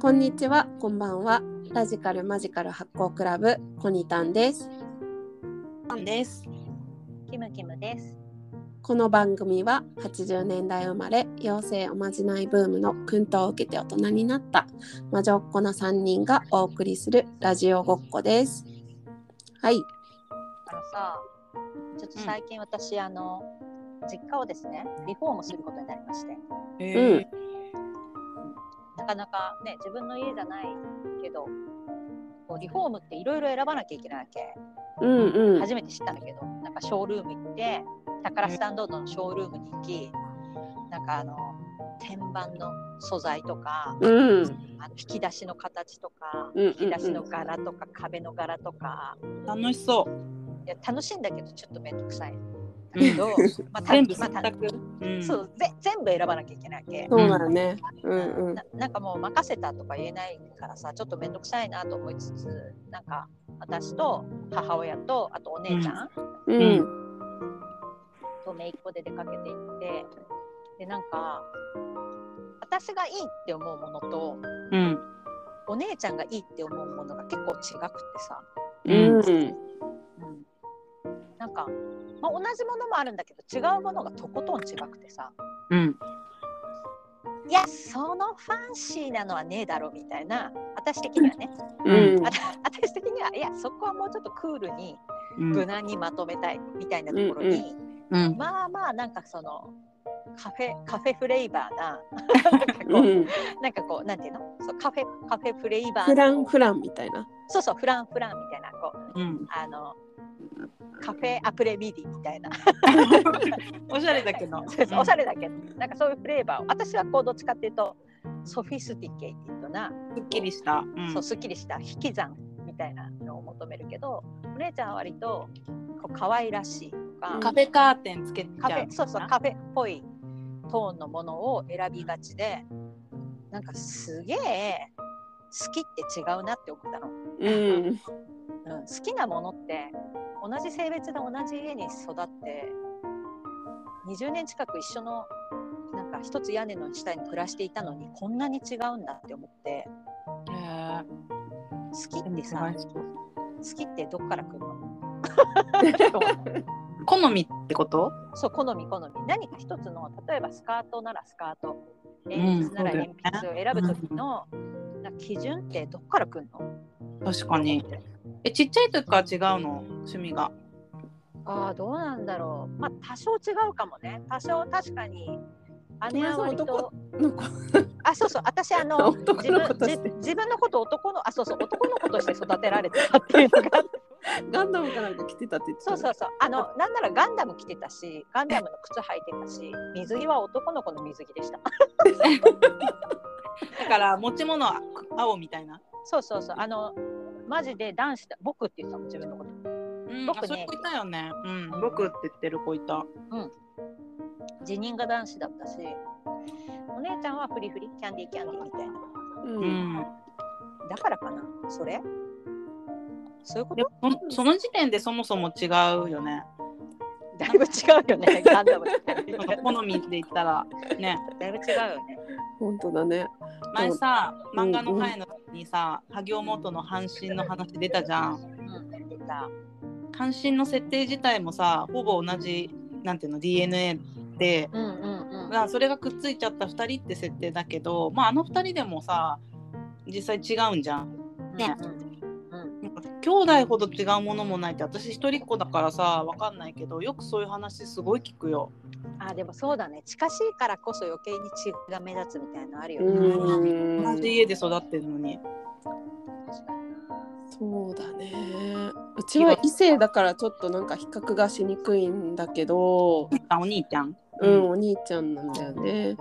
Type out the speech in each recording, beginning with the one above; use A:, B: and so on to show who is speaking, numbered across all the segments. A: こんにちは、こんばんは。ラジカルマジカル発行クラブコニタンです。
B: さんです。
C: キムキムです。
A: この番組は80年代生まれ妖精おまじないブームの薫陶を受けて大人になった魔女っ子の3人がお送りするラジオごっこです。はい、
C: あのさ、ちょっと最近私、あの実家をですね、リフォームすることになりまして、
B: え
A: うん
C: なかなかね、自分の家じゃないけど、こうリフォームっていろいろ選ばなきゃいけないわけ。
A: うんうん、
C: 初めて知ったんだけど、なんかショールーム行って、宝スタンドのショールームに行き、なんかあの天板の素材とか、
A: うん、
C: あの引き出しの形とか、
A: うんうんうん
C: 引き出しの柄とか、壁の柄とか、
B: 楽しそう。
C: いや楽しいんだけどちょっと面倒くさい。だけど、 まあ、た
B: 全部
C: まあ
B: 選
C: た
B: 択。うん
C: そうぜ全部選ばなきゃいけないわけ、
A: そうだね。うんうん
C: な、なんかもう任せたとか言えないからさちょっと面倒くさいなと思いつつなんか私と母親とあとお姉ちゃん
A: うん、
C: と姪っ子で出かけていってでなんか私がいいって思うものと
B: うん。
C: お姉ちゃんがいいって思うものが結構違くってさ、
A: うん、
B: う。
A: うんん、
C: なんか、まあ、同じものもあるんだけど違うものがとことん違くてさ
B: うん。
C: いやそのファンシーなのはねえだろみたいな私的にはね
A: うん
C: あ、た私的にはいやそこはもうちょっとクールに
B: うん。
C: 無難にまとめたいみたいなところに、
B: うん。
C: まあまあなんかそのカフェカフェフレーバーな
A: う
C: なんかこ
A: ん、
C: うなんかこうなんていうのそうカフェカフェフレーバー
A: フラン
C: の
A: フランみたいな。
C: そうそうフランフランみたいなこう
B: う ん。
C: あのカフェアプレミディみたいな
B: おしゃれだけど。
C: そうそうおしゃれだけどなんかそういうフレーバーを私はこうどっちかっていうとソフィスティケイティッドな
B: うん。すっきりした。うん
C: そうすっきりした引き算みたいなのを求めるけどお姉ちゃんは割とこう可愛らしいとか
B: カフェカーテンつけち
C: カフ
B: ゃう
C: ェ。そうそうカフェっぽいトーンのものを選びがちでなんかすげえ好きって違うなって思ったの、
A: うん、
C: うん、好きなものって同じ性別で同じ家に育って20年近く一緒のなんか一つ屋根の下に暮らしていたのにこんなに違うんだって思って
B: へー
C: 好き
B: で
C: っ
B: も
C: て
B: すご
C: さ
B: い
C: 好きってどっから来るの
B: 好みってこと
C: そう好み好み何か一つの例えばスカートならスカート
B: ん
C: 鉛筆なら鉛筆を選ぶ
B: そうだよね
C: 時の、なんか基準ってどっから来るの
B: 確かに。え、ちっちゃい時から違うの趣味が。
C: ああどうなんだろうまあ多少違うかもね多少確かに姉
A: お
C: は割
A: 前さ
C: と
A: なんか
C: あそうそう私あの
A: 男
C: 自
A: の子
C: 分
A: とし
C: じ
A: て
C: 自分のこと男のあそうそう男の子として育てられてたっていうのが
A: ガンダムかなんか着てたって言ってた
C: そう
A: ね。
C: そうそうあのなんならガンダム着てたしガンダムの靴履いてたし水着は男の子の水着でした
B: だから持ち物は青みたいな。
C: そうそうそう、あの、マジで男子だ、僕って言ってたもん、自分のこと。
B: うん。
C: 僕ね
B: あそういう子いたよね。うん。僕って言ってる子いた。
C: 自認が男子だったし、お姉ちゃんはフリフリ、キャンディーキャンディーみたいな。
A: う。
B: うんん。
C: だからかな、それそういうこ
B: で
C: と
B: もそその時点でそもそも違うよね。
C: だいぶ違うよね、 ガンダムみたい
B: そ
C: な
B: の好みで言ったらね
C: だいぶ違うよね。
A: 本当だね。
B: 前さ
A: うん
B: 漫画の回の時にさ萩尾元の阪神の話出たじゃん
C: うん、出た。
B: 阪神の設定自体もさほぼ同じなんていうの DNA で
C: うんうん
B: まあそれがくっついちゃった2人って設定だけどまああの2人でもさ実際違うんじゃん
C: うん。
B: ね
C: うん。
B: なんか兄弟ほど違うものもないって私一人っ子だからさわかんないけどよくそういう話すごい聞くよ
C: あ、でもそうだね、近しいからこそ余計に血が目立つみたいなのあるよ
A: う
C: ね。
A: ん。
B: 同じ家で育ってるのに
C: 確かに
A: そうだね。うちは異性だからちょっとなんか比較がしにくいんだけど、
B: あお兄ちゃん
A: うん、お兄ちゃんなんだよね。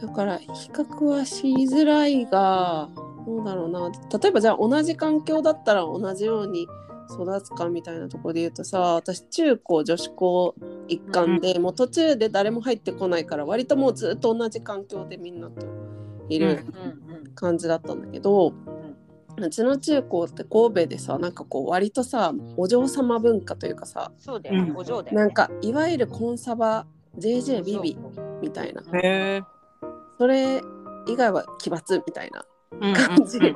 A: だから比較はしづらいが、どうだろうな。例えばじゃあ同じ環境だったら同じように育つかみたいなところで言うとさ、私中高女子高一貫で、もう途中で誰も入ってこないから、割ともうずっと同じ環境でみんなといる。
B: うん
C: うんうん。
A: 感じだったんだけど、うちの中高って神戸でさなんかこう割とさお嬢様文化というかさ
C: そうだよね
B: う、ん
C: お嬢だよね。
A: なんかいわゆるコンサバ JJ ビビ
C: そう
A: みたいな
B: へえ
A: それ以外は奇抜みたいな
B: うん
A: 感じだ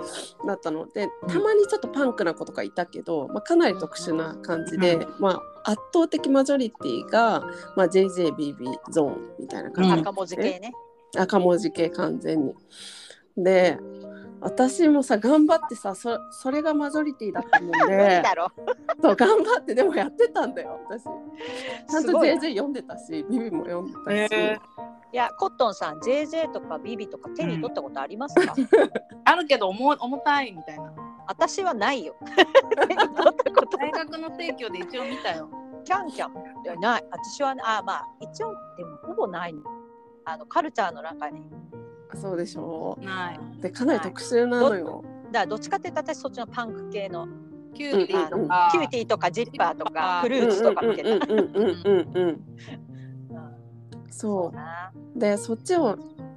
A: ったのでたまにちょっとパンクな子とかいたけど、まあ、かなり特殊な感じで、
B: う
A: まあ、圧倒的マジョリティがまあ、JJBB ゾーンみたいな感じ、
B: うん
C: 赤文字系ね。
A: 赤文字系完全に。で私もさ頑張ってさそそれがマジョリティだったもん
C: 無理
A: で
C: だろ。
A: そう頑張ってでもやってたんだよ私ちゃん
C: す
A: と
C: ごい
A: JJ 読んでたしビビも読んでたし、
B: へ
C: いや、コットンさん、JJ とか BB とか手に取ったことありますか、
B: あるけど重重たいみたいな。
C: 私はな いよ。手に取ったことな
B: 大
C: い。
B: 学の提供で一応見たよ。
C: キャンキャン。いやない。私は、あ、まあ、一応、でもほぼない。あの、カルチャーの中に。
A: そうでしょ
B: な
A: うでかなり特殊なのよ、
C: だからどっちかっていうと私そっちのパンク系の
B: い。キューティーとか。
C: キューティーとかジッパーとか
B: あー
C: フル
A: うん
C: ーツとかみたいな。
A: うんうんうんうんうんそう
C: そうな
A: でそっちを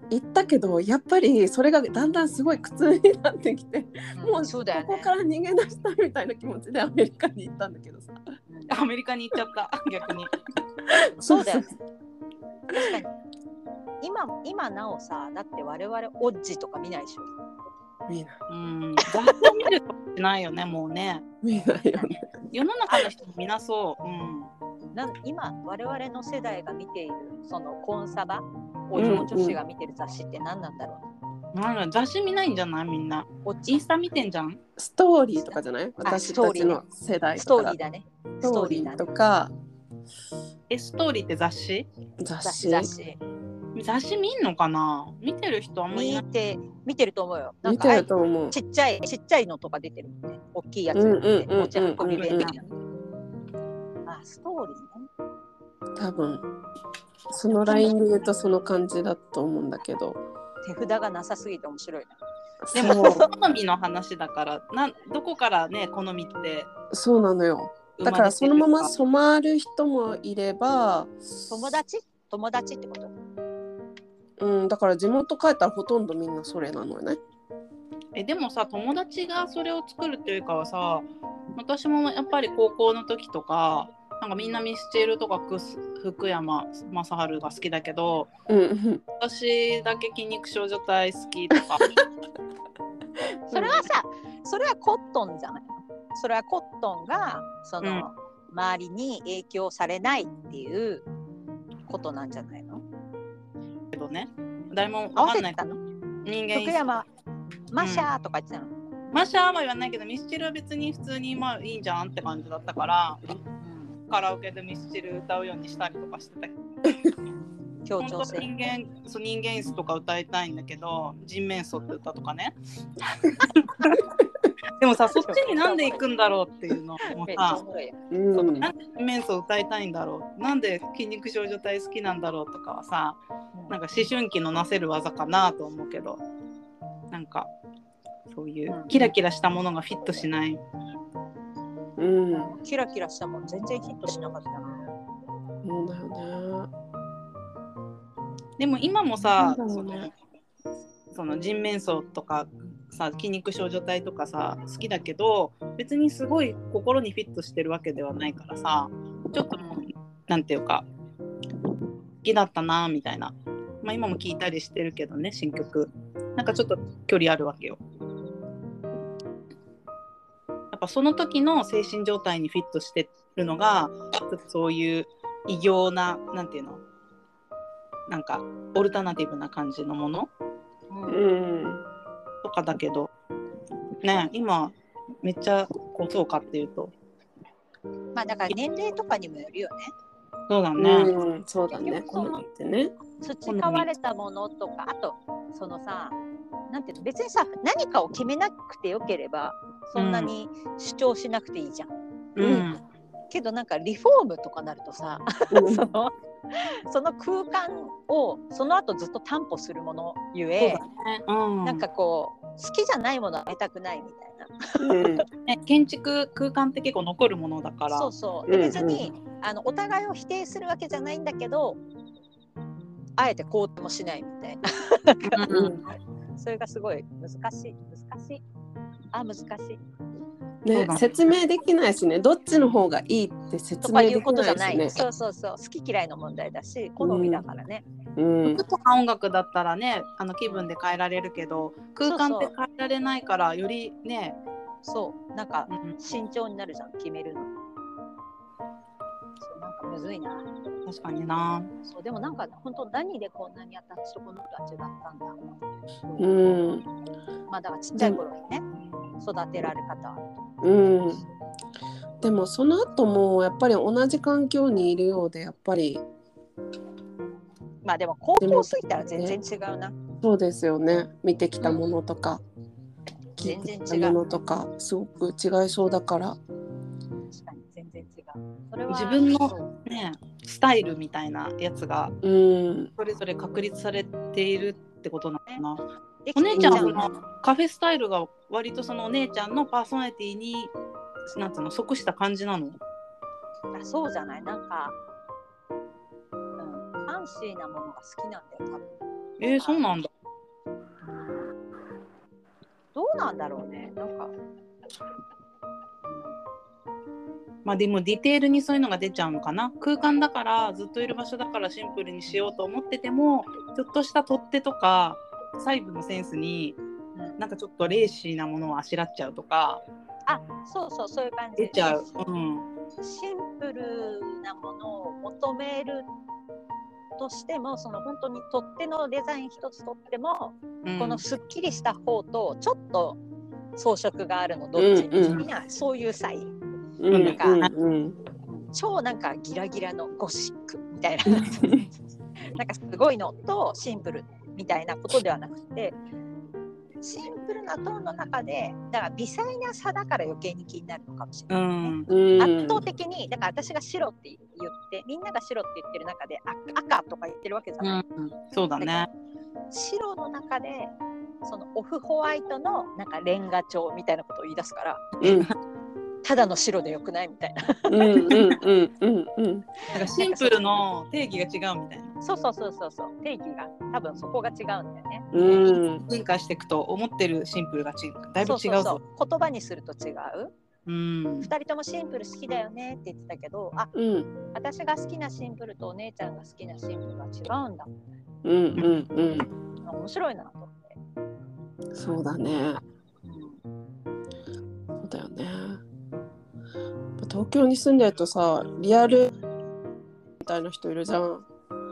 A: 行ったけどやっぱりそれがだんだんすごい苦痛になってきても
C: ん
A: う
C: そうだよ
A: ここ
C: ね。
A: から逃げ出したみたいな気持ちでアメリカに行ったんだけどさ
C: うん
B: アメリカに行っちゃった逆に。
C: そうだよね。確かに。今、今なおさ、だって我々オッジとか見ないでしょ。
A: 見えない
B: うん。学校見るとしないよねもうね。
A: 見えないよね
B: 世の中の人もみなそう。うん。
C: なん今我々の世代が見ているそのコンサバお嬢女子が見てる雑誌って何なんだろう、
B: なんだ雑誌見ないんじゃないみんな。
C: おっち
B: インスタ見てんじゃん。
A: ストーリーとかじゃない私
C: スト
A: た
C: ーリ
A: ち
C: ー
A: の世代
C: ス
A: と
C: ト
A: かだ
C: ーリーだね
A: ス
C: ス
A: ト
C: ト
A: ー
C: ー
A: リ
C: リー
A: ー
C: だね
A: とか
B: えストーリーって雑誌？
A: 雑
C: 雑
A: 誌
C: 誌雑誌
B: 雑誌見んのかな。見てる人あんまりいな
C: 見
B: い。
C: て見てると思うよなん
A: 見
C: か
A: て
C: あ
A: ると思う
C: ちっちゃいちっちゃいのとか出てるもんね大きいやつ
A: うんうんうんうんうん
C: 持ち運び便利なあストーリーね
A: 多分そのラインで言うとその感じだと思うんだけど
C: 手札がなさすぎて面白いな
B: で
A: そ
B: も
A: う
B: 好みの話だからなんどこからね好みって
A: そうなのよ
B: 生
A: だ
B: まれてる
A: からそのまま染まる人もいれば
C: 友達友達ってこと
A: うん、だから地元帰ったらほとんどみんなそれなのよね。
B: えでもさ友達がそれを作るっていうかはさ私もやっぱり高校の時とかなんかみんなミスチルとかくす福山雅治が好きだけど
A: うんうん、
B: 私だけ筋肉少女隊好きと か
C: それはさそれはコットンじゃないのそれはコットンがその、
B: うん
C: 周りに影響されないっていうことなんじゃないの
B: けどね誰もわ
C: 合わ
B: か
C: せ
B: んない
C: てたの
B: 人間
C: 福山マシャーとか言ってたの、
B: マシャーは言わないけどミスチルは別に普通にまあいいんじゃんって感じだったからカラオケでミスチル歌うようにしたりとかしてたけど
C: 協
B: 本当
C: 調
B: は
C: 性
B: 人間そう人間椅子とか歌いたいんだけど人面相って歌と かねでもさそっちになんで行くんだろうっていうのも
C: めっちゃお
B: さ
C: もろいよ
A: う
B: なん
A: ん、
B: で人面相歌いたいんだろうなんで筋肉少女隊好きなんだろうとかはさなんか思春期のなせる技かなと思うけどなんかそういうキラキラしたものがフィットしない
A: うん、
C: うんキラキラしたもん全然ヒットしなかったな
A: そうだよね。
B: でも今も
A: な
B: さ、
A: んだろ
B: そうの
A: ね
B: その人面相とかさ筋肉症状体とかさ好きだけど別にすごい心にフィットしてるわけではないからさちょっともうなんていうか好きだったなみたいな、まあ、今も聞いたりしてるけどね新曲なんかちょっと距離あるわけよやっぱその時の精神状態にフィットしてるのがちょっとそういう異形ななんていうのなんかオルタナティブな感じのもの
C: うん
A: うん、
B: とかだけどねえ今めっちゃこうそうかっていうと
C: まあだから年齢とかにもよるよね
B: そうだね、
A: うん、そうだね。
C: 結
A: こ
C: 局そう
A: うなって ね。
C: 培われたものとかあとそのさなんていうの別にさ何かを決めなくてよければそんなに主張しなくていいじゃん、
B: うん
C: けどなんかリフォームとかなるとさ
A: うん
C: そのその空間をその後ずっと担保するものゆ
B: そう
C: え
B: だ、ね、うん、
C: なんかこう好きじゃないものは得たくないみたいな
A: うん、
B: ね建築空間って結構残るものだから
C: そうそうで
A: うんうん
C: 別に、あのお互いを否定するわけじゃないんだけどあえて肯定もしないみたいな
B: うんうん
C: それがすごい難しい難しいあ難しい
B: そう
A: ね
B: だね、
A: 説明できないしね、どっちの方がいいって説
C: と
A: 明
C: か
A: で
C: いう
A: き
C: ことじゃ
A: な
C: な
A: い
C: い
A: しね。
C: そうそうそう好き嫌いの問題だし好みだからね、
A: うん
B: 服とか音楽だったらねあの気分で変えられるけど空間って変えられないからよりね
C: そうなんか
B: うん
C: 慎重になるじゃん決めるのそうなんかむずいな
B: 確かにな
C: そうでもなんか本当何でこんなに私とこの子は違ったんだ
A: うん
C: まあだからちっちゃい頃にね育てられ方は
A: うんでもその後もやっぱり同じ環境にいるようでやっぱり
C: まあでも高校過ぎたら全然違うな
A: そうですよね見てきたものとか、
C: 全然違
A: 聞い
C: う
A: てきたものとかすごく違いそうだから
C: 確かに全然違うそれは
B: 自分の
C: そう
B: ねスタイルみたいなやつが
A: うん
B: それぞれ確立されているってことなのかな
C: でき
B: お姉ちゃんは
A: う
B: そ
A: ん
B: のカフェスタイルが割とそのお姉ちゃんのパーソナリティになんつうの即した感じなの
C: あそうじゃないなんか、うん、ファンシーなものが好きなんだよ多分
B: えー、そうなんだ
C: どうなんだろうねなんか
B: まあでもディテールにそういうのが出ちゃうのかな空間だからずっといる場所だからシンプルにしようと思っててもちょっとした取っ手とか細部のセンスに
C: うん
B: なんかちょっとレーシーなものをあしらっちゃうとか
C: あそうそうそういう感じ
B: 出ちゃう、うん、
C: シンプルなものを求めるとしてもその本当に取っ手のデザイン一つとっても、
B: うん
C: このすっきりした方とちょっと装飾があるのどっちに
A: うんうん
C: みんなそういうサイン
A: うん
B: なん
C: か
A: うん
C: 超なんかギラギラのゴシックみたいななんかすごいのとシンプルみたいなことではなくてシンプルなトーンの中でだから微細な差だから余計に気になるのかもしれ
B: う
C: ない、
B: ん
A: うん
C: 圧倒的にだから私が白って言ってみんなが白って言ってる中であ赤とか言ってるわけじゃ
B: う
C: ない、
B: ん、そうだね。
C: 白の中でそのオフホワイトのなんかレンガ調みたいなことを言い出すから
A: うん
C: ただの白でよくないみたいな
A: うんうんうんうんうん
B: なんかシンプルの定義が違うみたいな。
C: そうそうそうそうそう定義が多分そこが違うんだよね
A: うん
B: 進化していくと思ってるシンプルが違う。だいぶ違うぞ。
C: そうそうそう言葉にすると違う
B: うん
C: 2人ともシンプル好きだよねって言ってたけどあ
A: うん
C: 私が好きなシンプルとお姉ちゃんが好きなシンプルは違うんだ
A: うんうんうん
C: 面白いなと思って、
A: そうだねそうだよね東京に住んでるとさリアルみたいな人いるじゃん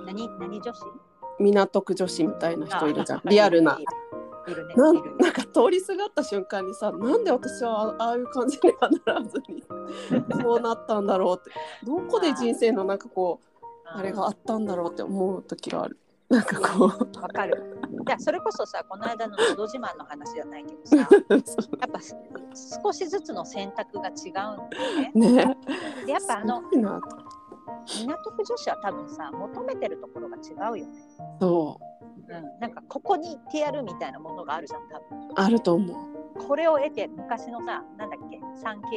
C: 何何女子
A: 港区女子みたいな人いる じゃんリアルない
C: るね
A: なん
C: いる
A: なんか通りすがった瞬間にさなんで私はあああいう感じにはならず にそうなったんだろうってどこで人生のなんかこうあれがあったんだろうって思う時があるなんかこう
C: わかるじゃあそれこそさこの間の「のど自慢」の話じゃない けどさやっぱす少しずつの選択が違うんだよね
A: ね
C: でやっぱあの
A: すごいな
C: 港区女子は多分さ求めてるところが違うよね、
A: そ
C: うん、なんかここに行ってやるみたいなものがあるじゃん多分
A: うあると思う
C: これを得て昔のさなんだっけ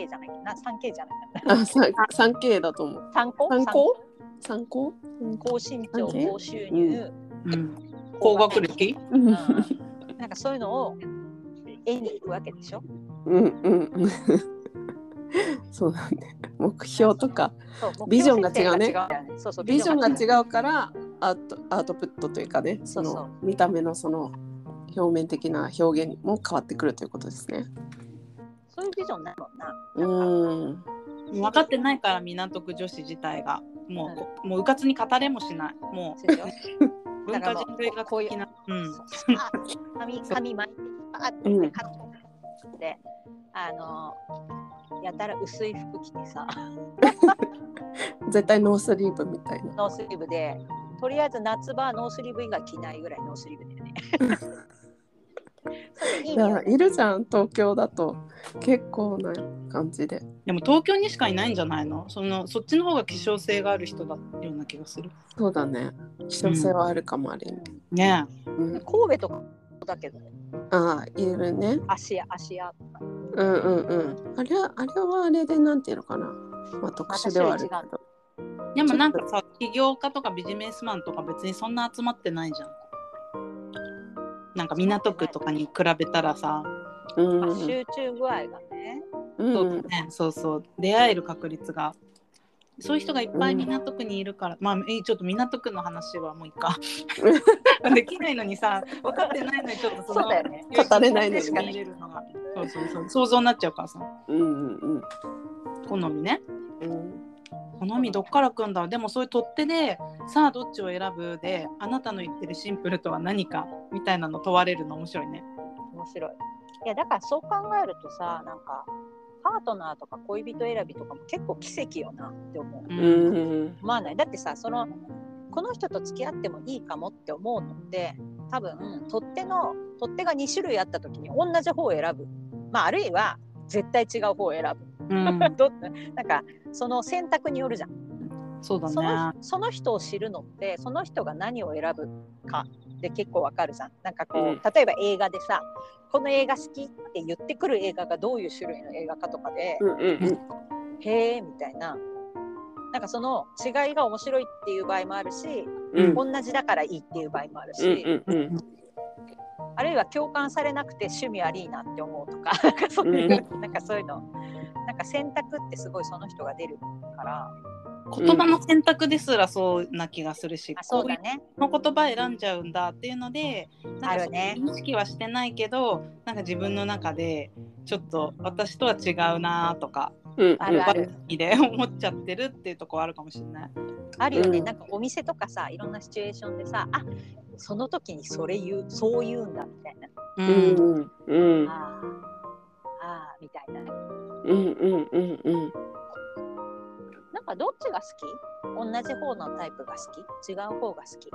C: 3K じゃないかな 3K じゃないかな
A: あさ 3K だと思う
C: 参考
A: 参考参考
C: 高身長
A: 3K？
C: 高収入、
B: うん。高学歴？
A: うん
C: うん、なんかそういうのを絵に行くわけでしょ
A: うんうん そうなんだよ目標とか
C: そう
A: ビジョンが違うね
C: 目標設定がんだよそうそう
A: ビジョンが
C: 違う
A: 違うからアウトアウトプットというかねそ
C: そうそ
A: の見た目のその表面的な表現も変わってくるということですね。
C: そういうビジョンなのな
A: うーん
B: 分かってないから港区女子自体がもうこ、もううかつに語れもしない。も
C: そうでしょ
B: う文化人類学的な。うん。
C: あ髪髪巻いてあって
A: うん
C: カットであのやたら薄い服着てさ
A: 絶対ノースリーブみたいな。
C: ノースリーブでとりあえず夏場はノースリーブ以外着ないぐらいノースリーブだよねそれいい
A: い
C: ねよ
A: や
C: ね
A: いるじゃん東京だと結構な感じで。
B: でも東京にしかいないんじゃないの？そのそっちの方が希少性がある人だような気がする。
A: そうだね。希少性はあるかもあれ、
B: ね
A: うん
C: 神戸とかだけどね
A: ああいるね。
C: 芦屋芦屋
A: うんうんうん。あれはあれはあれでなんていうのかな。まあ特殊ではあるけ
C: ま
A: ど。
B: え。でもなんかさ、起業家とかビジネスマンとか別にそんな集まってないじゃん。なんか港区とかに比べたらさ、
A: うん
C: ま
A: う
C: あ
A: ん
C: 集中具合がね
A: うん
B: そうだね、そうそう出会える確率がそういう人がいっぱい港区にいるから、まあえちょっと港区の話はもういい かできないのにさ分かってないのにちょっとその
C: そうだよね
A: 語れないのに
B: しか見れるのがそうそうそう想像になっちゃうからさ
A: うんうん
B: 好みね
A: うん
B: 好みどっから来んだろうでもそういう取っ手でさあどっちを選ぶであなたの言ってるシンプルとは何かみたいなの問われるの面白いね
C: 面白い。いやだからそう考えるとさなんかパートナーとか恋人選びとかも結構奇跡よなって思う。
A: う
B: う
A: んうん
C: 思わないだってさそのこの人と付き合ってもいいかもって思うのって多分取っ手の取っ手が2種類あった時に同じ方を選ぶ、まあ、あるいは絶対違う方を選
B: うん
C: ぶ どなんかその選択によるじゃん
B: そう
C: そ
B: だ
C: の
B: ね
C: その人を知るのってその人が何を選ぶかで結構わかるじゃんなんかこう、
A: うん
C: 例えば映画でさこの映画好きって言ってくる映画がどういう種類の映画かとかで、
A: うんうん
C: へえみたいななんかその違いが面白いっていう場合もあるし
A: うん
C: 同じだからいいっていう場合もあるし、
A: うんうん
C: あるいは共感されなくて趣味ありーなって思うとか なんかそういう、なんかそういうのなんか選択ってすごいその人が出るから
B: 言葉の選択ですらそうな気がするし、
C: あ
B: こ
C: そう
B: ういう
C: だね
B: この言葉選んじゃうんだっていうのでなんか
C: あるね
B: そういう意識はしてないけどなんか自分の中でちょっと私とは違うなとか
A: うん
C: あるあ る
B: いいで思っちゃってるっていうところあるかもしれない。
C: あるよね、
A: うん
C: なんかお店とかさいろんなシチュエーションでさあその時にそれ言うそう言うんだみたいな
B: うん
A: うんうん
C: あーあーみたいな
A: うんうんうんうん
C: なんかどっちが好き同じ方のタイプが好き違う方が好き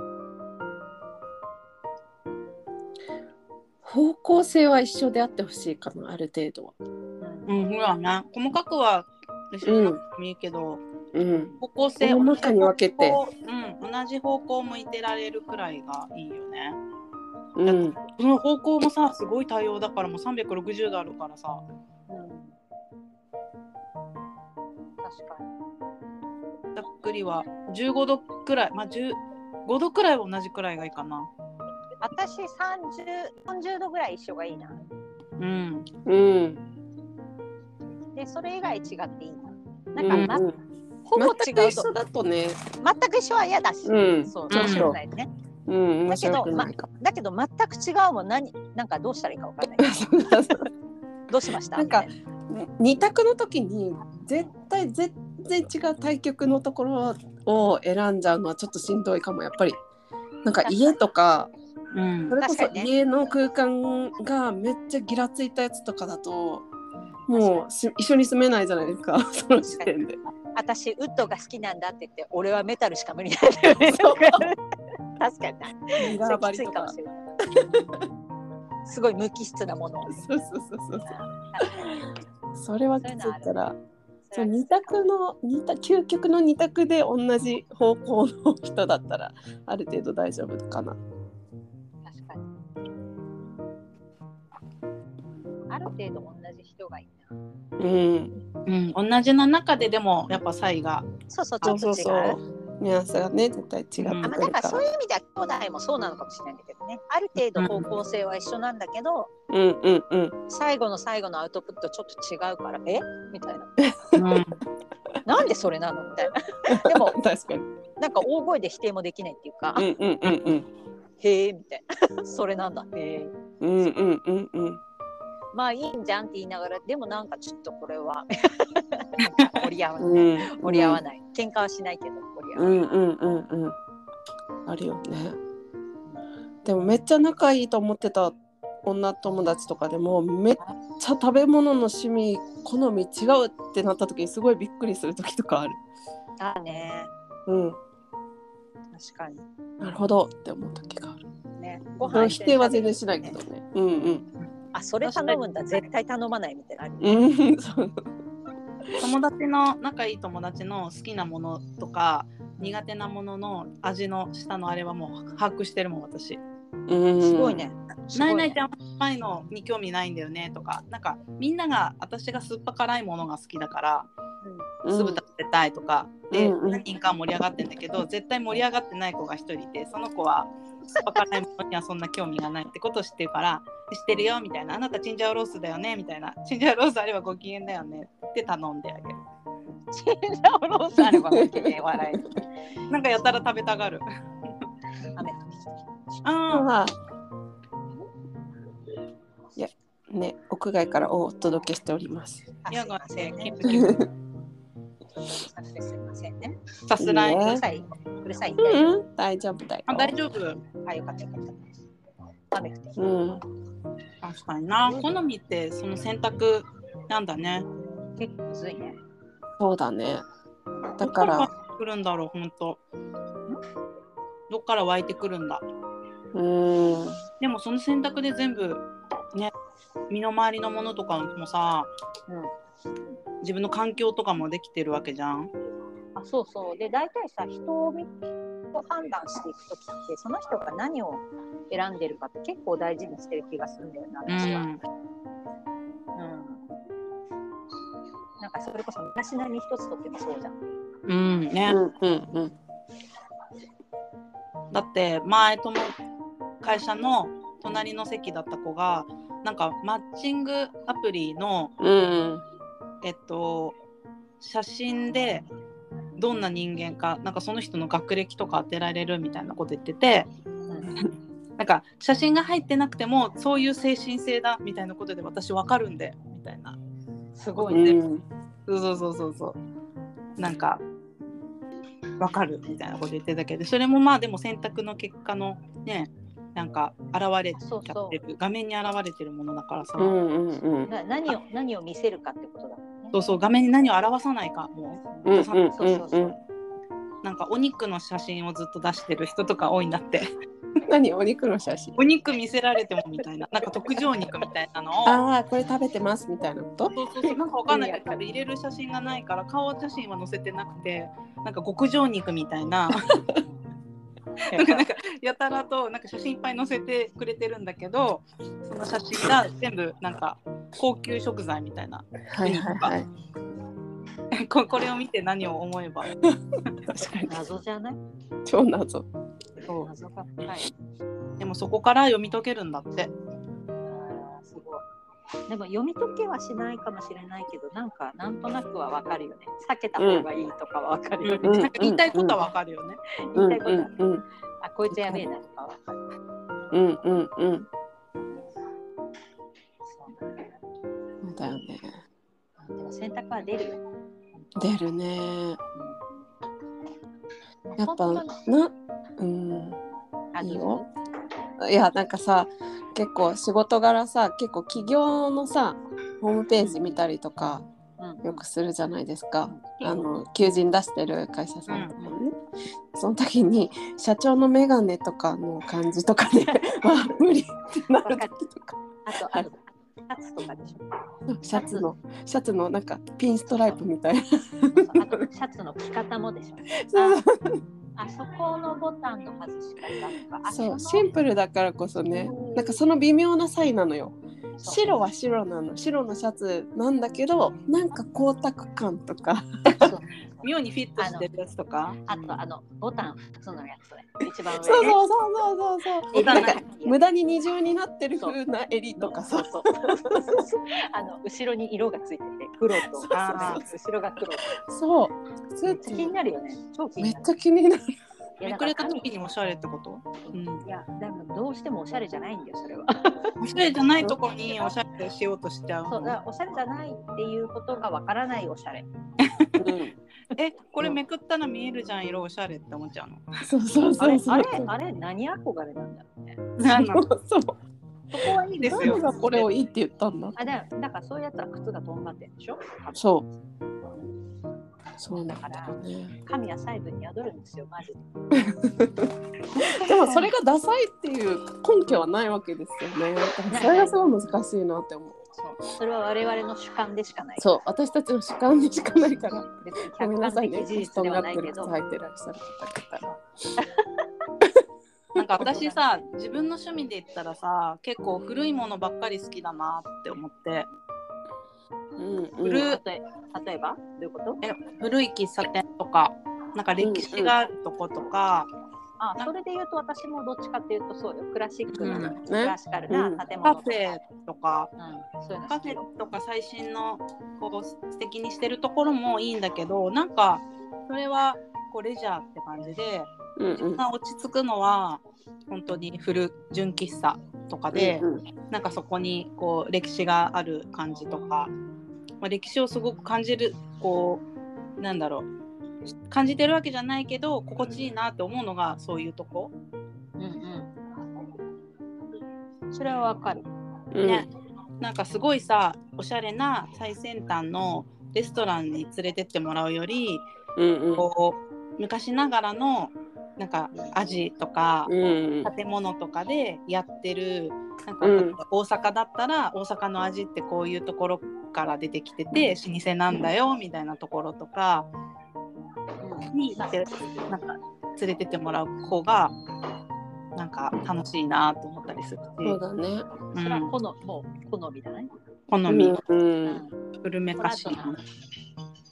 A: 方向性は一緒であってほしいかなある程度は
B: うん、ほらね細かくは一緒になくてもいいけど、
A: うん
B: 方向性
A: 大まかに分けて
B: 同じ方向うん、同じ方向向いてられるくらいがいいよね。
A: うん
B: その方向もさすごい多様だからもう360度あるからさ
C: うん確かに
B: ざっくりは15度くらいまあ15度くらいは同じくらいがいいかな。
C: 私3040度ぐらい一緒がいいな
B: うん、
A: うん
C: でそれ以外違っていいななんか、ま
A: うん
C: ほぼ違
A: 全く
C: う
A: 一緒
C: と
A: だとね
C: 全く一緒は嫌だし、
A: うん
C: そう
B: そう
C: 面白くないね、
A: うん面
C: だけど
A: 白くないか
C: だけど全く違うも何なんかどうしたらいいかわかんないどうしました
A: なんか
C: みたい
A: 二択の時に絶対全然違う対局のところを選んじゃうのはちょっとしんどいかもやっぱりなんか家とか
B: うん
A: それこそ
C: 確かにね
A: 家の空間がめっちゃギラついたやつとかだと
C: な
A: もうし一緒に住めないじゃないですか その時点で。
C: 私ウッドが好きなんだって言って俺はメタルしか無理なんだよね
A: そう
C: 確か
A: ミ
C: に
A: ラ
C: それ
A: ー
C: き
A: 張
C: つ
A: り
C: い
A: と
C: かも
A: か
C: しれない すごい無機質なもの
A: そうそうそうそうそれはきついから
C: そ
A: そ
C: れ
A: う
C: は
A: 二択の二択究極の二択で同じ方向の人だったらある程度大丈夫かな。
C: 確かにある程度同じ人がいいな
A: うん、
B: うん、同じな中ででもやっぱ差異が
C: そうそうちょ
A: そう
C: っと
A: そ
C: 違
A: う
C: う
A: そうニュアンスがね絶対違ってく
B: うん
C: あまあ、だ
A: る
C: から
A: か
C: そう
A: ら。
C: いう意味では兄弟もそうなのかもしれないんだけどねある程度方向性は一緒なんだけど、
A: うんうんうん
C: 最後の最後のアウトプットちょっと違うからえみたいな
B: うん
C: なんでそれなのみたいな でも
A: 確かに。
C: なんか大声で否定もできないっていうか、
A: うんうんうんうん
C: へえみたいなそれなんだへえ
A: うんうんうんうん。
C: まあいいんじゃんって言いながらでもなんかちょっとこ れは折り合わない、
A: うん
C: 折り合わない喧嘩はしないけど折り合
A: う
C: わない、
A: んうんうんうんあるよねでもめっちゃ仲いいと思ってた女友達とかでもめっちゃ食べ物の趣味好み違うってなった時にすごいびっくりする時とかある
C: だね
A: うん
C: 確かに
A: なるほどって思う時がある
C: ね
A: そ
C: ご
A: の
C: 飯
A: 否定は全然しないけどねうんうん
C: あそれ頼むんだ絶対頼まないみたいなのある
A: うんそう
B: 友達の仲いい友達の好きなものとか苦手なものの味の下のあれはもう把握してるもん私。
A: うん
C: すごいね。すご
B: ないい
C: ね
B: ないちゃん甘いのに興味ないんだよねとかなんかみんなが私が酸っぱ辛いものが好きだから
A: うん
B: 酢豚食べたいとか、で
A: うんうん
B: 何人か盛り上がってんだけど絶対盛り上がってない子が一人いてその子は酸っぱ辛いものにはそんな興味がないってことを知ってるから知ってるよみたいなあなたチンジャオロースだよねみたいなチンジャオロースあればご機嫌だよねって頼んであげる。
C: チンジャオロースあれば受けて笑 える。
B: なんかやたら食べたがる。
C: 雨の日
B: あ
A: まあいやね屋外からお届けしております。
B: あ、
C: あ
B: や
C: すい
B: が
C: ま
B: て
C: せん、
B: キ
C: ね
B: ッ。プキップ
C: すいませんね。
B: さすらい。
A: ね
C: うるさい。うるさいんで。
A: うん、うん、大丈夫だよ。
B: あ、大丈夫。
C: はい、よかったよかった。雨降ってきた。
A: うん、
B: 確かにな。好みってその選択なんだね。
C: 結構むずいね。
A: そうだね。だから、
B: 来るんだろう、本当。どっから湧いてくるんだ。
A: うん、
B: でもその選択で全部ね、身の回りのものとかもさ、自分の環境とかもできてるわけじゃん。
C: あそうそうで大体さ人を見を判断していく時ってその人が何を選んでるかって結構大事にしてる気がするんだよな
B: う
C: 私は、
B: ん。
C: うんなんかそれこそ身だしなみ一つとってもそうじゃん
B: うん、ね。
A: うん、うん、うん、
B: だって前とも会社の隣の席だった子がなんかマッチングアプリの
A: うん、
B: えっと写真でどんな人間かなんかその人の学歴とか当てられるみたいなこと言ってて なんか写真が入ってなくてもそういう精神性だみたいなことで私わかるんでみたいな
C: すご
A: う
B: い
A: ん、
B: ね
A: うん、
B: そうそうそうそうそうなんかわかるみたいなこと言ってたけどそれもまあでも選択の結果のねなんか現れちゃ
C: そうそ
B: ってる画面に現れてるものだからさ、
A: うん、うん、
C: な何を何を見せるかってことだもんね
B: そうそう画面に何を表さないかも
A: うん、うん、
B: そう
C: そう
A: う
C: そ
A: ん
C: う、
B: なんかお肉の写真をずっと出してる人とか多いんだって
A: 何、お肉の写真。
B: お肉見せられてもみたいななんか特上肉みたいなのを
A: ああ、これ食べてますみたいなこと。
B: そうそうそうなんかわかんないけど多分入れる写真がないから顔写真は載せてなくてなんか極上肉みたいな なんかなんかやたらとなんか写真いっぱい載せてくれてるんだけどその写真が全部なんか高級食材みたいな
A: はい、はい、はい。
B: ここれを見て何を思えば
A: 確かに、
C: 謎じゃない
A: 超謎。
B: そう
C: 謎が深い
B: でもそこから読み解けるんだって
C: あーすごいでも読み解けはしないかもしれないけどなんかなんとなくはわかるよね避けた方がいいとかはわかるよね、
A: うん
B: なんか言いたいことはわかるよね
A: う
C: 言い
A: ん、
C: た
A: う
C: いことはね
A: ん、うん、
C: あこいつやべえなとかわかる
A: うん、うん、うん。
C: そうなんだ
A: そうだよね。
C: あでも選択は出るよね
A: 出るね。やっぱ、
C: 本当に
A: な、うん。
C: あ
A: いいよいやなんかさ結構仕事柄さ結構企業のさホームページ見たりとか
C: うん
A: よくするじゃないですか、
B: うん
A: あの求人出してる会社さんとかもね、その時に社長の眼鏡とかの感じとか であ無理ってなる時とか
C: あとあるシャツとかでしょ
A: シャツのシャツのなんかピンストライプみたいな
C: そうあとシャツの着方もでしょあそこのボタンの外し方とかあ
A: そう
C: そ
A: シ
C: の
A: ンプルだからこそねなんかその微妙な差異なのよ
C: そう
A: 白は白なの白のシャツなんだけどなんか光沢感とか
C: そう
B: 妙にフィットしてるやつとか
C: あとあのボタン2つのやつね一番上
A: そう
C: ね
A: そうそうそうそうそう
B: ボタ
A: な
B: ン
A: んか無駄に二重になってる
C: そう
A: 風な襟とかさ
C: そうそうそうそうそう あの後ろに色がついてて黒とあー後ろが黒と
A: そうス
C: め
A: ー
C: っち
A: ツ
C: ゃ気になるよね超気
A: め
C: に
A: っ
C: なる
A: ちゃ気になる
C: いや
B: め
C: だ
B: く
C: か
B: れ
C: ら
B: た
C: 髪
B: 時におしゃれってこと、うん
C: いやでもどうしてもおしゃれじゃないんだよそれは
B: おしゃれじゃないところにおしゃれしようとしちゃう
C: そう
B: の
C: だからおしゃれじゃないっていうことがわからないおしゃれ
B: えこれめくったら見えるじゃん色おしゃれって思っちゃうの
A: そうそう
C: あ
A: そ
C: れ
A: うそ
C: あ
A: う
C: れあれ何憧れなんだろうね
B: なんなの
A: そう
B: そこはいいですよ
A: 誰がこれをいいって言ったんだ
C: あだだからそういうやつは靴がとんがってんでしょ
A: そうそうなんだよね
C: 神は細部に宿るんですよマジで
A: でもそれがダサいっていう根拠はないわけですよねそれがすごい難しいなって思う
C: そうそれは我々の主観でしかない
A: そう私たちの主観にしかないから
C: 別に
A: ごめ
C: 客
A: んな
C: 観
A: さい
C: 的
A: ね
C: 事
A: 人
C: 実で
A: にな
C: は
A: っ
C: ない
A: て
C: け
A: る
C: ど
A: 靴履いてらっしゃる方々
B: なんか私さ自分の趣味で言ったらさ結構古いものばっかり好きだなって思って
A: うん
B: 古
A: うん
C: 例え例えばどういうこと
B: え古い喫茶店とかなんか歴史があるとことか、
C: あそれで言うと私もどっちかっていうとそうよクラシックな、
B: うん
A: ね
C: クラシカル
A: うん
C: な建
B: カ
C: 物
B: フェと
C: とか、
B: か
C: うん、そういうの
B: カ
C: 好
B: フ
C: きよ
B: ェとか最新のこう素敵にしてるところもいいんだけどなんかそれはこうレジャーって感じで
A: うんうん
B: まあ落ち着くのは本当に古純喫茶とかで、
A: うん
B: なんかそこにこう歴史がある感じとか、まあ、歴史をすごく感じるこうなんだろう感じてるわけじゃないけど心地いいなって思うのがそういうとこ、
C: うんうん、それはわかる。
A: うん
B: ねなんかすごいさおしゃれな最先端のレストランに連れてってもらうより
A: うんうん
B: こう昔ながらのなんか味とか
A: うん
B: 建物とかでやってるなんか
A: うん
B: 大阪だったら大阪の味ってこういうところから出てきてて老舗なんだよみたいなところとかに行ってなんか連れてってもらう方がなんか楽しいなと思ったりするし、
A: そうだね
B: うん
C: それは好みもう好みだね。
B: 好み
A: うんうん
B: 古めかしいな。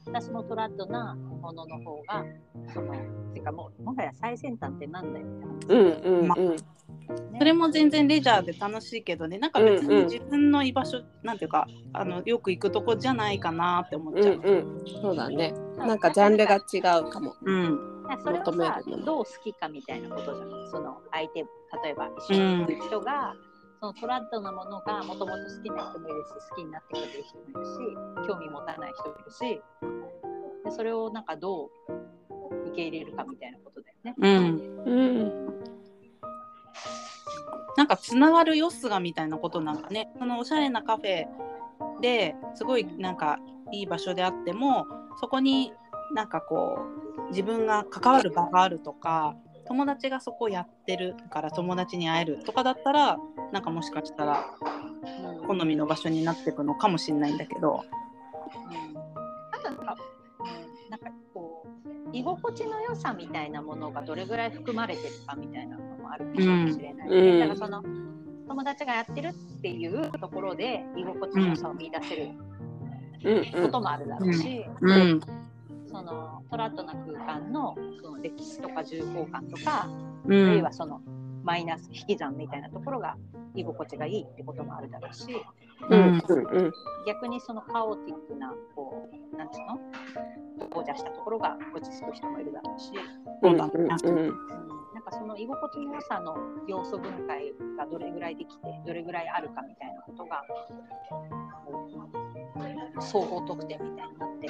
C: 私もトラッドなものの方が、その、てかもう、もはや最先端ってなんだよって
A: うん
C: 話
A: うんうん
C: ね
B: それも全然レジャーで楽しいけどねなんか
A: う
B: 別
A: んう
B: に
A: ん
B: 自分の居場所、なんていうかあのよく行くとこじゃないかなって思っ
A: う
B: ちゃ
A: ん
B: う。
A: うんそうだねなんかジャンルが違うかも
B: うん
C: それを
A: 求め
C: さ
A: るもの
C: どう好きかみたいなことじゃないその相手例えば一緒にいる人が、そのトラッドなものがもともと好きな人もいるし好きになってくれる人もいるし興味持たない人もいるしでそれをなんかどう受け入れるかみたいなことだよね。
B: うん
A: うん
B: なんかつながるよすがみたいなことなんかねそのおしゃれなカフェですごいなんかいい場所であってもそこになんかこう自分が関わる場があるとか友達がそこやってるから友達に会えるとかだったらなんかもしかしたら好みの場所になっていくのかもしれないんだけど、
C: あとなんか、うんなんかこう、居心地の良さみたいなものがどれぐらい含まれてるかみたいなのもあるかもしれない、
A: うんうん
C: だからその友達がやってるっていうところで居心地の良さを見出せる
A: うんう
C: こ
A: ん
C: ともあるだろうし、
B: うん
C: そのトラッドな空間のその歴史とか重厚感とか、
B: う
C: あるい
B: ん
C: はそのマイナス引き算みたいなところが居心地がいいってこともあるだろうし。
A: うんうんうん
C: 逆にそのカオティックなこうなんつうのゴージャスしたところが落ち着く人もいるだろうし、うん
B: そうだね
A: うんうん
C: なんかその居心地の良さの要素分解がどれぐらいできてどれぐらいあるかみたいなことがこう総合得点みたいになって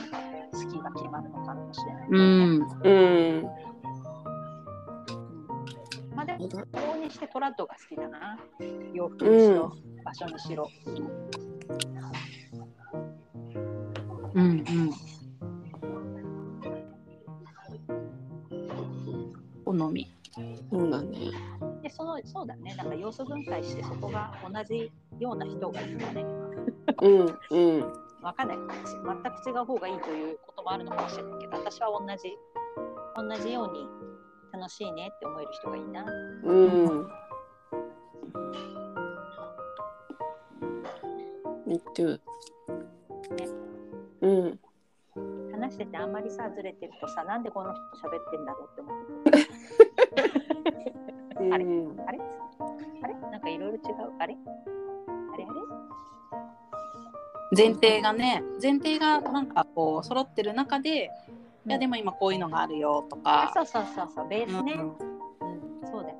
C: 好きが決まるのかもしれない、
B: うん
A: うん
C: まあでも
A: そうだ
C: 往々にしてトラッドが好きだな洋服にしろ、場所にしろ
B: うんうん好み
A: そうだね
C: でそのそうだねなんか要素分解してそこが同じような人がいいんだね
A: うんうん
C: わかんない全く違う方がいいということもあるのかもしれないけど私は同じ同じように楽しいねって思える人がいいな
A: うん。Me too. うん。
C: 話しててあんまりさずれてるとさなんでこの人喋ってんだろうって思ってあれ
A: うん
C: あれあれなんかいろいろ違うあれあれあれ
B: 前提がね前提がなんかこう揃ってる中で、いやでも今こういうのがあるよと
C: あ
B: か、
C: そうそうそうそうベースね、
B: うん
C: うんそうだよね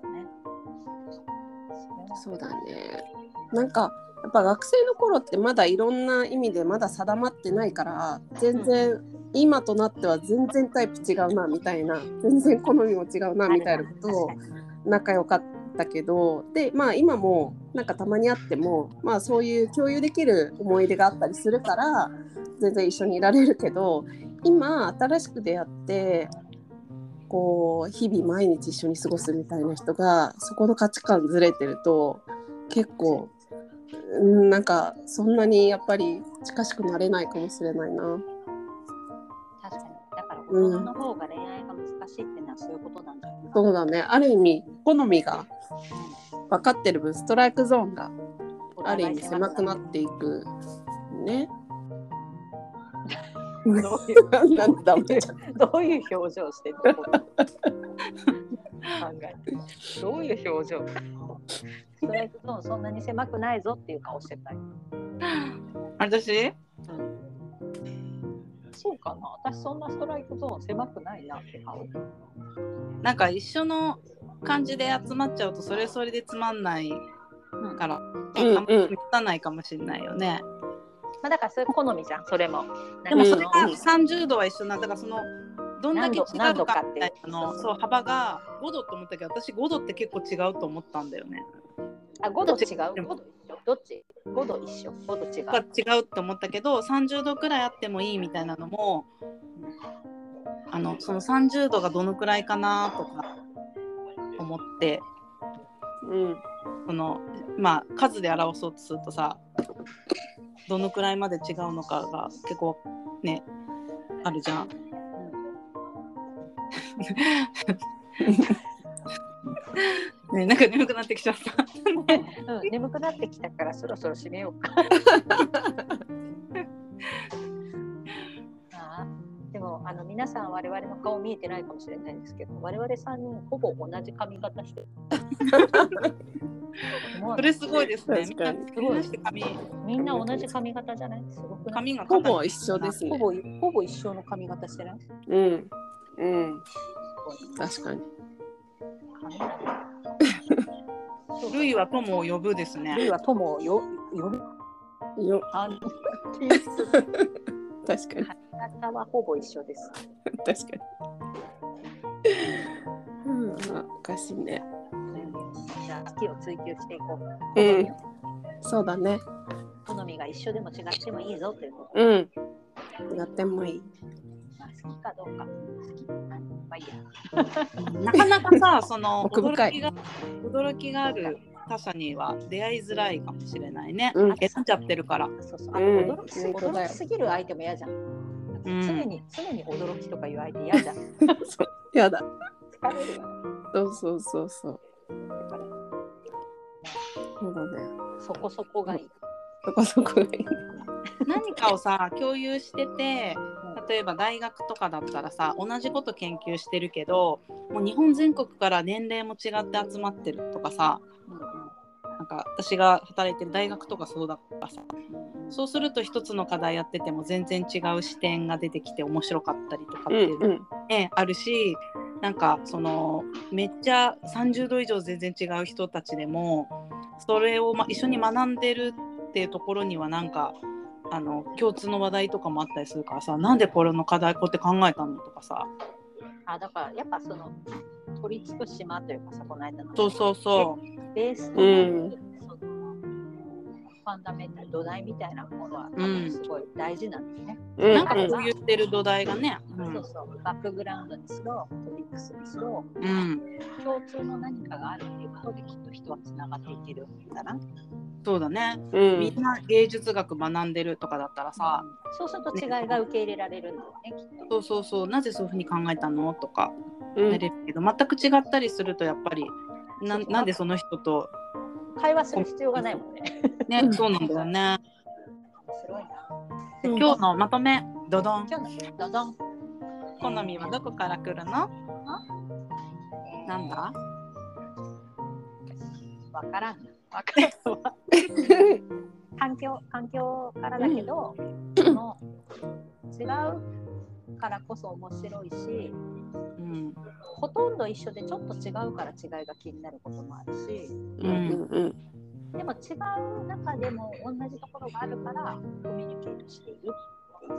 A: そうだね。なんかやっぱ学生の頃ってまだいろんな意味でまだ定まってないから全然、今となっては全然タイプ違うなみたいな全然好みも違うなみたいなことを仲良かったけどでまあ今もなんかたまに会ってもまあそういう共有できる思い出があったりするから全然一緒にいられるけど今新しく出会ってこう日々毎日一緒に過ごすみたいな人がそこの価値観ずれてると結構うんなんかそんなにやっぱり近しくなれないかもしれないな。
C: 確かにだから大人の方が恋愛が難しいってのはそういうことなんだよね、
A: そうだねある意味好みが分かってる分ストライクゾーンがある意味狭くなっていく ね。
C: どういう
A: なんでダメじゃん
C: どういう表情してるの考えてどういう表情ストライクゾーンそんなに狭くないぞっていう顔してたり、
B: 私
C: そうかな私そんなストライクゾーン狭くないなって顔
B: なんか一緒の感じで集まっちゃうとそれそれでつまんないから、
A: うん
B: あんまり満たないかもしれないよね。
C: まあだからそれ好みじゃんそれも
B: でも
A: うん
B: それが30度は一緒なだからそのどんだけ違う
C: 何度何度か
B: か
C: って
B: みたいなのそう幅が5度と思ったけど私5度って結構違うと思ったんだよね。
C: あ5度違う5度一緒どっち5度一緒5度違
B: が
C: う
B: 違うって思ったけど30度くらいあってもいいみたいなのもあのその30度がどのくらいかなとか思って
A: うん
B: そのまあ数で表そうとするとさどのくらいまで違うのかが結構ねあるじゃん。ね、なんか眠くなってきちゃった。
C: うん、眠くなってきたからそろそろ締めよ うか。あーでもあの皆さん我々の顔見えてないかもしれないですけど我々3人ほぼ同じ髪型してる。 もう
B: それすごいですね。み
A: 確
B: ん
A: かに
B: なみんなして髪
C: みんな同じ髪型じゃないすごくない
B: 髪が
A: ほぼ一緒です
C: ほ
A: ね
C: ぼほぼ一生の髪型してない
A: うんうん確かに
B: ルイは友を呼ぶです
C: ルイ
B: ね。
C: は友をよ呼ぶ
A: よ
C: あの T シャツ
A: 確かに
C: 型はほぼ一緒です。
A: 確かにうんまあおかしいね
C: じゃあ好きを追求していこう。
A: うんそうだね
C: 好みが一緒でも違ってもいいぞということ
A: うんやってもいい
C: まあ好きかどうか好きはいまあいいや
B: なかなか さ、その
A: 奥深
B: 驚
A: い
B: きが驚きがある他者には出会いづらいかもしれないね。
A: うん
B: 開けちゃってるから。
C: そうそうあと
A: うん
C: 驚き,、
A: 本当だ
C: 驚
A: よ
C: きすぎる相手も嫌じゃん、常に常に驚きとかいう相手嫌じゃん
A: やだ
C: 疲れるわ
A: そうそうそうそうそうだね
C: そこそこがいい、
A: そこそこがいい
B: 何かをさ共有してて例えば大学とかだったらさ同じこと研究してるけどもう日本全国から年齢も違って集まってるとかさなんか私が働いてる大学とかそうだからさそうすると一つの課題やってても全然違う視点が出てきて面白かったりとかっていうの
A: うん
B: ねあるしなんかそのめっちゃ30度以上全然違う人たちでもそれを、ま、一緒に学んでるっていうところにはなんかあの共通の話題とかもあったりするからさなんでこれの課題こうやって考えたのとかさ
C: あだからやっぱその取り付く島というかさこの間の
B: そうそうそ
C: ベースと
A: うん
C: そのファンダメンタル土台みたいなものは
B: うん
C: すごい大事なんですね、
A: う
B: うんなんかこう言ってる土台がねう、
C: そうんそうバックグラウンドにしろトリックスにしろ
B: うん、
C: 共通の何かがあるっていうことできっと人はつながっていけるんだな。
B: そうだね
A: う
B: みんな芸術学学んでるとかだったらさ
C: そうすると違いが受け入れられるんだよね、きっと。
B: そうそうそうなぜそういうふうに考えたのとか
A: うん
B: なれるけど全く違ったりするとやっぱりななんでその人と
C: 会話する必要がないもんね。
B: ねそうなんだよね。
C: 面白いな。
A: うん
B: 今日のまとめドドン
C: 今日のドドン。
B: 好みはどこから来るのなんだ
C: わからん。わからん。環境、環境からだけど、その違うからこそ面白いし、
B: うん
C: ほとんど一緒でちょっと違うから違いが気になることもあるし、
A: うんうん
C: でも違う中でも同じところがあるからコミュニケートしているっていう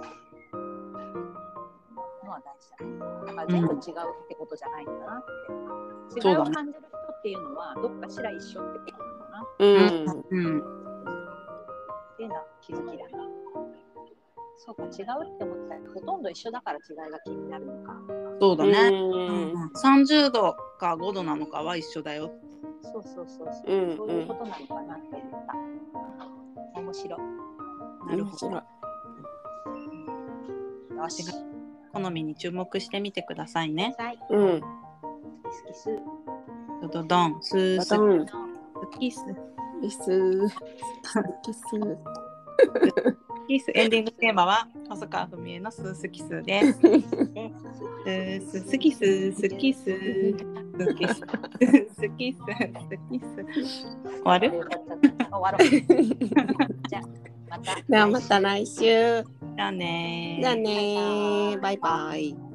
C: のは大事だね。だから全部違うってことじゃないんだなって。
B: そ
C: 違
B: う
C: い
B: だ
C: を
B: ね
C: 感じる人っていうのはどっかしら一緒ってことなんだな
A: う
B: うんんうん
C: っていうのは気づきだな。そうか違うって思ってたけどほとんど一緒だから違いが気になるのか。
B: そうだね
A: うん
B: 30度か5度なのかは一緒だよ
C: そうそうそうそう。
A: うん
C: そういうことなのかなって思った。面白い。
B: なるほど
A: 面
C: よし。
B: 好みに注目してみてくださいね
C: はい。
A: 白いうん
C: 好きす。
B: ドドドンスー
A: ま
B: ス
A: た
B: ー
A: うん
B: キス
A: キスキス
B: キスエンディングテーマは細川文江のスースキスですスースキススキス好きっす。好きっす。好きっす。終わる
C: 終わろう。じゃあ、また。
A: ではまた来週。
B: じゃあねー。
A: じゃあねーバイバイ。